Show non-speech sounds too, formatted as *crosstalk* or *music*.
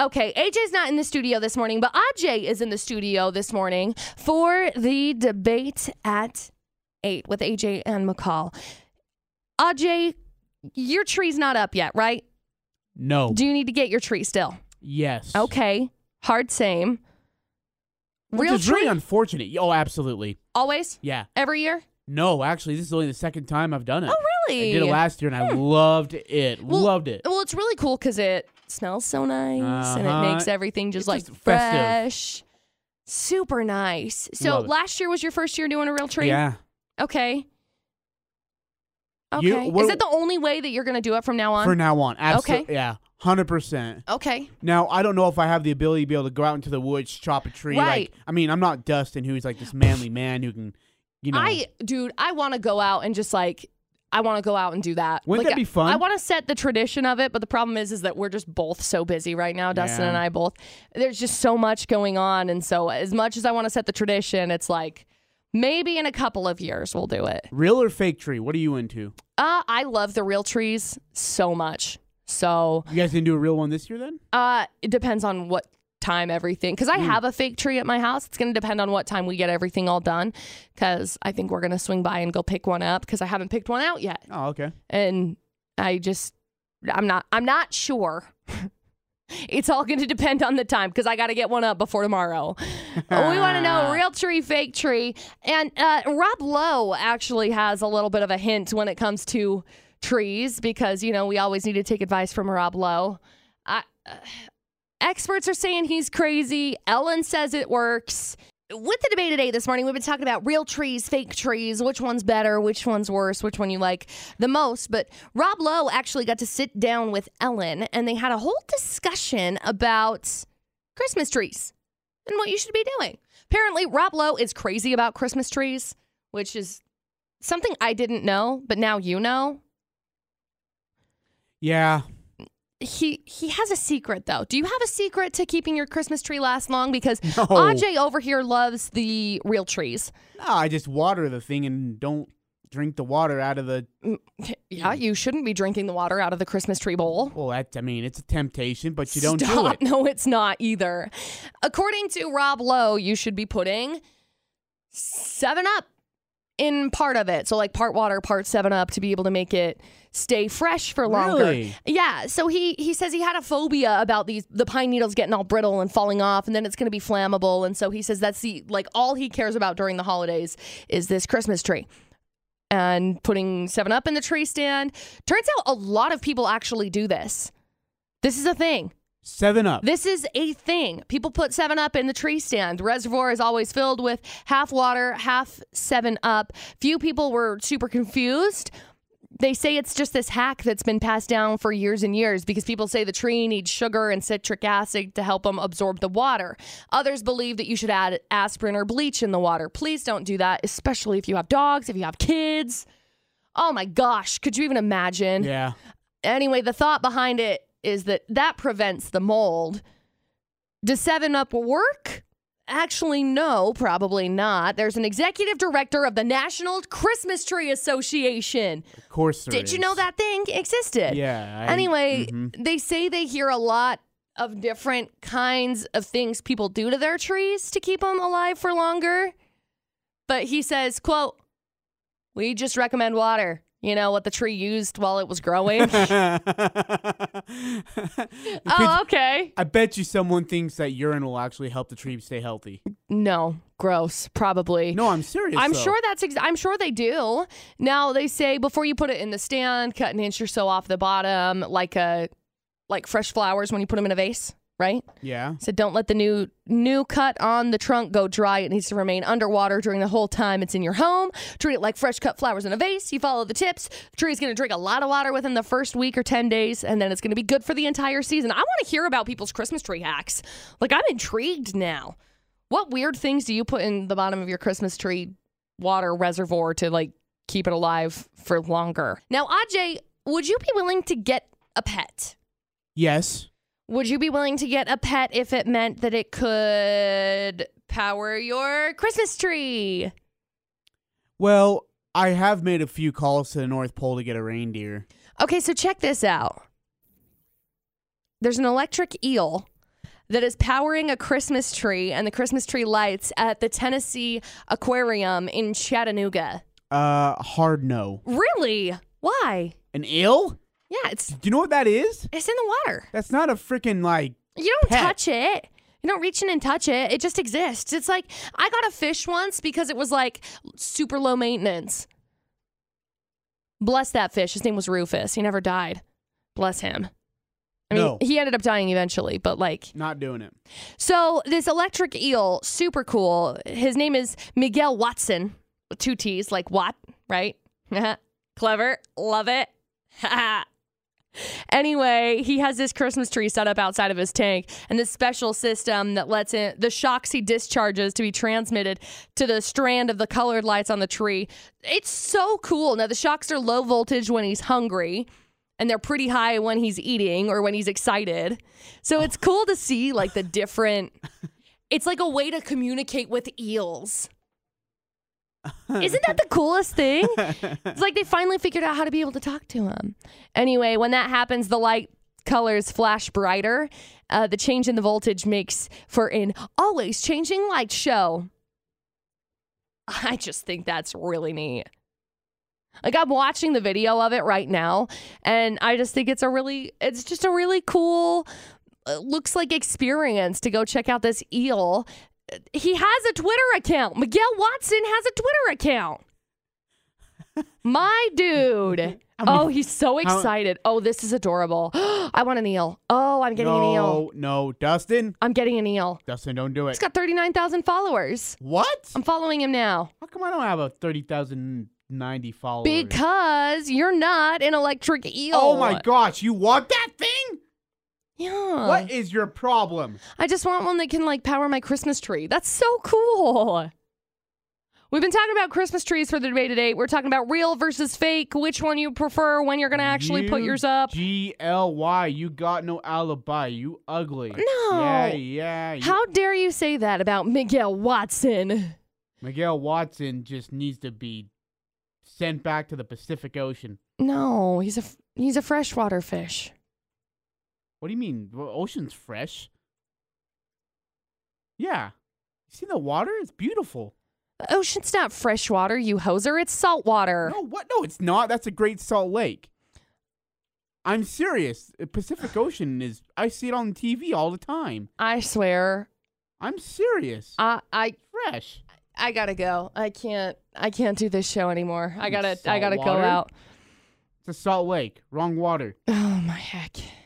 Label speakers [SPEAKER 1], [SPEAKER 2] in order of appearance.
[SPEAKER 1] Okay, AJ's not in the studio this morning, but AJ is in the studio this morning for the debate at 8 with AJ and McCall. AJ, your tree's not up yet, right?
[SPEAKER 2] No.
[SPEAKER 1] Do you need to get your tree still?
[SPEAKER 2] yes.
[SPEAKER 1] Okay, hard same.
[SPEAKER 2] Which
[SPEAKER 1] Real
[SPEAKER 2] is
[SPEAKER 1] tree
[SPEAKER 2] really unfortunate. Oh, absolutely.
[SPEAKER 1] always
[SPEAKER 2] Yeah.
[SPEAKER 1] every year?
[SPEAKER 2] No, actually, this is only the second time I've done it.
[SPEAKER 1] Oh, really? Hmm.
[SPEAKER 2] I did it last year and I loved it.
[SPEAKER 1] Well,
[SPEAKER 2] loved it.
[SPEAKER 1] Well, it's really cool because it smells so nice and it
[SPEAKER 2] Uh-huh.
[SPEAKER 1] makes everything just
[SPEAKER 2] It's
[SPEAKER 1] like
[SPEAKER 2] just festive.
[SPEAKER 1] fresh. Super nice. So
[SPEAKER 2] Love it.
[SPEAKER 1] last year was your first year doing a real tree?
[SPEAKER 2] Yeah.
[SPEAKER 1] Okay. Okay.
[SPEAKER 2] You-
[SPEAKER 1] Is
[SPEAKER 2] what-
[SPEAKER 1] that the only way that you're going to do it from now on?
[SPEAKER 2] For now on. Absolutely.
[SPEAKER 1] Okay.
[SPEAKER 2] Yeah. 100%.
[SPEAKER 1] okay.
[SPEAKER 2] Now, I don't know if I have the ability to be able to go out into the woods, chop a tree.
[SPEAKER 1] Right.
[SPEAKER 2] Like, I mean, I'm not Dustin, who's like this manly man who can, you know.
[SPEAKER 1] I, dude, I want to go out and just like, I want to go out and do that.
[SPEAKER 2] Wouldn't
[SPEAKER 1] Like,
[SPEAKER 2] that be fun?
[SPEAKER 1] I want to set the tradition of it, but the problem is, is that we're just both so busy right now. Dustin
[SPEAKER 2] Yeah.
[SPEAKER 1] and I both. There's just so much going on, and so as much as I want to set the tradition, it's like maybe in a couple of years we'll do it.
[SPEAKER 2] Real or fake tree? What are you into?
[SPEAKER 1] Uh, I love the real trees so much. So
[SPEAKER 2] You guys didn't do a real one this year then?
[SPEAKER 1] uh, it depends on what time everything because I have a fake tree at my house. It's going to depend on what time we get everything all done because I think we're going to swing by and go pick one up because I haven't picked one out yet.
[SPEAKER 2] Oh, okay.
[SPEAKER 1] and I just I'm not I'm not sure. *laughs* it's all going to depend on the time because I got to get one up before tomorrow. Uh, we want to know real tree, fake tree, and uh, Rob Lowe actually has a little bit of a hint when it comes to trees because you know we always need to take advice from Rob Lowe. I, uh, experts are saying he's crazy. Ellen says it works. With the debate today this morning, we've been talking about real trees, fake trees, which one's better, which one's worse, which one you like the most. But Rob Lowe actually got to sit down with Ellen and they had a whole discussion about Christmas trees and what you should be doing. Apparently, Rob Lowe is crazy about Christmas trees, which is something I didn't know, but now you know.
[SPEAKER 2] Yeah.
[SPEAKER 1] He he has a secret though. Do you have a secret to keeping your Christmas tree last long? Because
[SPEAKER 2] No.
[SPEAKER 1] Ajay over here loves the real trees.
[SPEAKER 2] No, I just water the thing and don't drink the water out of the.
[SPEAKER 1] Yeah, you shouldn't be drinking the water out of the Christmas tree bowl.
[SPEAKER 2] Well, that I mean, it's a temptation, but you don't
[SPEAKER 1] Stop.
[SPEAKER 2] do
[SPEAKER 1] *laughs*
[SPEAKER 2] it.
[SPEAKER 1] No, it's not either. According to Rob Lowe, you should be putting seven up in part of it. So like part water, part seven up to be able to make it stay fresh for longer.
[SPEAKER 2] Really?
[SPEAKER 1] Yeah. So he he says he had a phobia about these the pine needles getting all brittle and falling off and then it's gonna be flammable. And so he says that's the like all he cares about during the holidays is this Christmas tree and putting Seven Up in the tree stand. Turns out a lot of people actually do this. This is a thing.
[SPEAKER 2] Seven up.
[SPEAKER 1] This is a thing. People put Seven Up in the tree stand. The reservoir is always filled with half water, half Seven Up. Few people were super confused. They say it's just this hack that's been passed down for years and years because people say the tree needs sugar and citric acid to help them absorb the water. Others believe that you should add aspirin or bleach in the water. Please don't do that, especially if you have dogs, if you have kids. Oh my gosh, could you even imagine?
[SPEAKER 2] yeah.
[SPEAKER 1] anyway, the thought behind it is that that prevents the mold. Does 7 Up work? Actually, no, probably not. There's an executive director of the National Christmas Tree Association.
[SPEAKER 2] Of course. there
[SPEAKER 1] Did you
[SPEAKER 2] is.
[SPEAKER 1] know that thing existed?
[SPEAKER 2] Yeah. I-
[SPEAKER 1] Anyway,
[SPEAKER 2] mhm.
[SPEAKER 1] they say they hear a lot of different kinds of things people do to their trees to keep them alive for longer. But he says, quote, we just recommend water. You know, what the tree used while it was
[SPEAKER 2] *laughs*
[SPEAKER 1] growing.
[SPEAKER 2] Mm-hmm. Could-
[SPEAKER 1] oh, okay.
[SPEAKER 2] I bet you someone thinks that urine will actually help the tree stay healthy.
[SPEAKER 1] No, gross. Probably.
[SPEAKER 2] No, I'm serious.
[SPEAKER 1] I'm
[SPEAKER 2] though.
[SPEAKER 1] sure that's. Ex- I'm sure they do. Now they say before you put it in the stand, cut an inch or so off the bottom, like a, like fresh flowers when you put them in a vase, right?
[SPEAKER 2] Yeah.
[SPEAKER 1] So don't let the new new cut on the trunk go dry. It needs to remain underwater during the whole time it's in your home. Treat it like fresh cut flowers in a vase. You follow the tips. The tree's going to drink a lot of water within the first week or 10 days and then it's going to be good for the entire season. I want to hear about people's Christmas tree hacks. Like I'm intrigued now. What weird things do you put in the bottom of your Christmas tree water reservoir to like keep it alive for longer? Now, Ajay, would you be willing to get a pet?
[SPEAKER 2] Yes.
[SPEAKER 1] Would you be willing to get a pet if it meant that it could power your Christmas tree?
[SPEAKER 2] Well, I have made a few calls to the North Pole to get a reindeer.
[SPEAKER 1] Okay, so check this out. There's an electric eel that is powering a Christmas tree and the Christmas tree lights at the Tennessee Aquarium in Chattanooga.
[SPEAKER 2] Uh, hard no.
[SPEAKER 1] Really? Why?
[SPEAKER 2] An eel?
[SPEAKER 1] Yeah, it's
[SPEAKER 2] Do you know what that is?
[SPEAKER 1] it's in the water.
[SPEAKER 2] That's not a freaking like.
[SPEAKER 1] You don't
[SPEAKER 2] Pet.
[SPEAKER 1] touch it. You don't reach in and touch it. It just exists. It's like I got a fish once because it was like super low maintenance. Bless that fish. His name was Rufus. He never died. Bless him. I mean,
[SPEAKER 2] No.
[SPEAKER 1] he ended up dying eventually, but like
[SPEAKER 2] Not doing it. *laughs*
[SPEAKER 1] so this electric eel, super cool. His name is Miguel Watson, with two T's, like Watt, right? *laughs* Clever, love it. *laughs* anyway, he has this Christmas tree set up outside of his tank, and this special system that lets in the shocks he discharges to be transmitted to the strand of the colored lights on the tree. It's so cool. Now the shocks are low voltage when he's hungry and they're pretty high when he's eating or when he's excited. So it's cool to see like the different. It's like a way to communicate with eels. Isn't that the coolest thing? It's like they finally figured out how to be able to talk to him. Anyway, when that happens, the light colors flash brighter. Uh, the change in the voltage makes for an always changing light show. *laughs* I just think that's really neat. Like I'm watching the video of it right now, and I just think it's a really, it's just a really cool, uh, looks like experience to go check out this eel. Uh, He has a Twitter account. Miguel Watson has a Twitter
[SPEAKER 2] *laughs*
[SPEAKER 1] account. My dude.
[SPEAKER 2] How many-
[SPEAKER 1] Oh, he's so
[SPEAKER 2] how-
[SPEAKER 1] excited. Oh, this is adorable. *gasps* I want an eel. Oh, I'm getting an eel.
[SPEAKER 2] no, no, Dustin,
[SPEAKER 1] I'm getting an eel.
[SPEAKER 2] Dustin, don't do
[SPEAKER 1] He's
[SPEAKER 2] it.
[SPEAKER 1] got 39,000 followers.
[SPEAKER 2] What?
[SPEAKER 1] I'm following him now.
[SPEAKER 2] Um, How come I don't have a thirty thousand ninety followers?
[SPEAKER 1] Because you're not an electric eel.
[SPEAKER 2] Oh my gosh, you want that thing?
[SPEAKER 1] Yeah.
[SPEAKER 2] What is your problem?
[SPEAKER 1] I just want one that can like power my Christmas tree. That's so cool. We've been talking about Christmas trees for the debate today. We're talking about real versus fake, which one you prefer, when you're going to actually put yours up.
[SPEAKER 2] G L Y. You got no alibi. You ugly.
[SPEAKER 1] No.
[SPEAKER 2] Yeah, yeah. you-
[SPEAKER 1] How dare you say that about Miguel Watson?
[SPEAKER 2] Miguel Watson just needs to be sent back to the Pacific Ocean.
[SPEAKER 1] No, he's a f- he's a freshwater fish.
[SPEAKER 2] What do you mean? The ocean's fresh. Yeah. You see the water? It's beautiful.
[SPEAKER 1] The ocean's not freshwater, you hoser. It's saltwater.
[SPEAKER 2] No, what? No, it's not. That's a Great Salt Lake. I'm serious. The Pacific Ocean is. I see it on TV all the time.
[SPEAKER 1] I swear.
[SPEAKER 2] I'm serious.
[SPEAKER 1] I I
[SPEAKER 2] fresh.
[SPEAKER 1] I gotta go. I can't. I can't do this show anymore. I gotta. I gotta go
[SPEAKER 2] Saltwater?
[SPEAKER 1] out.
[SPEAKER 2] It's a Salt Lake. Wrong water.
[SPEAKER 1] *sighs* Oh my heck.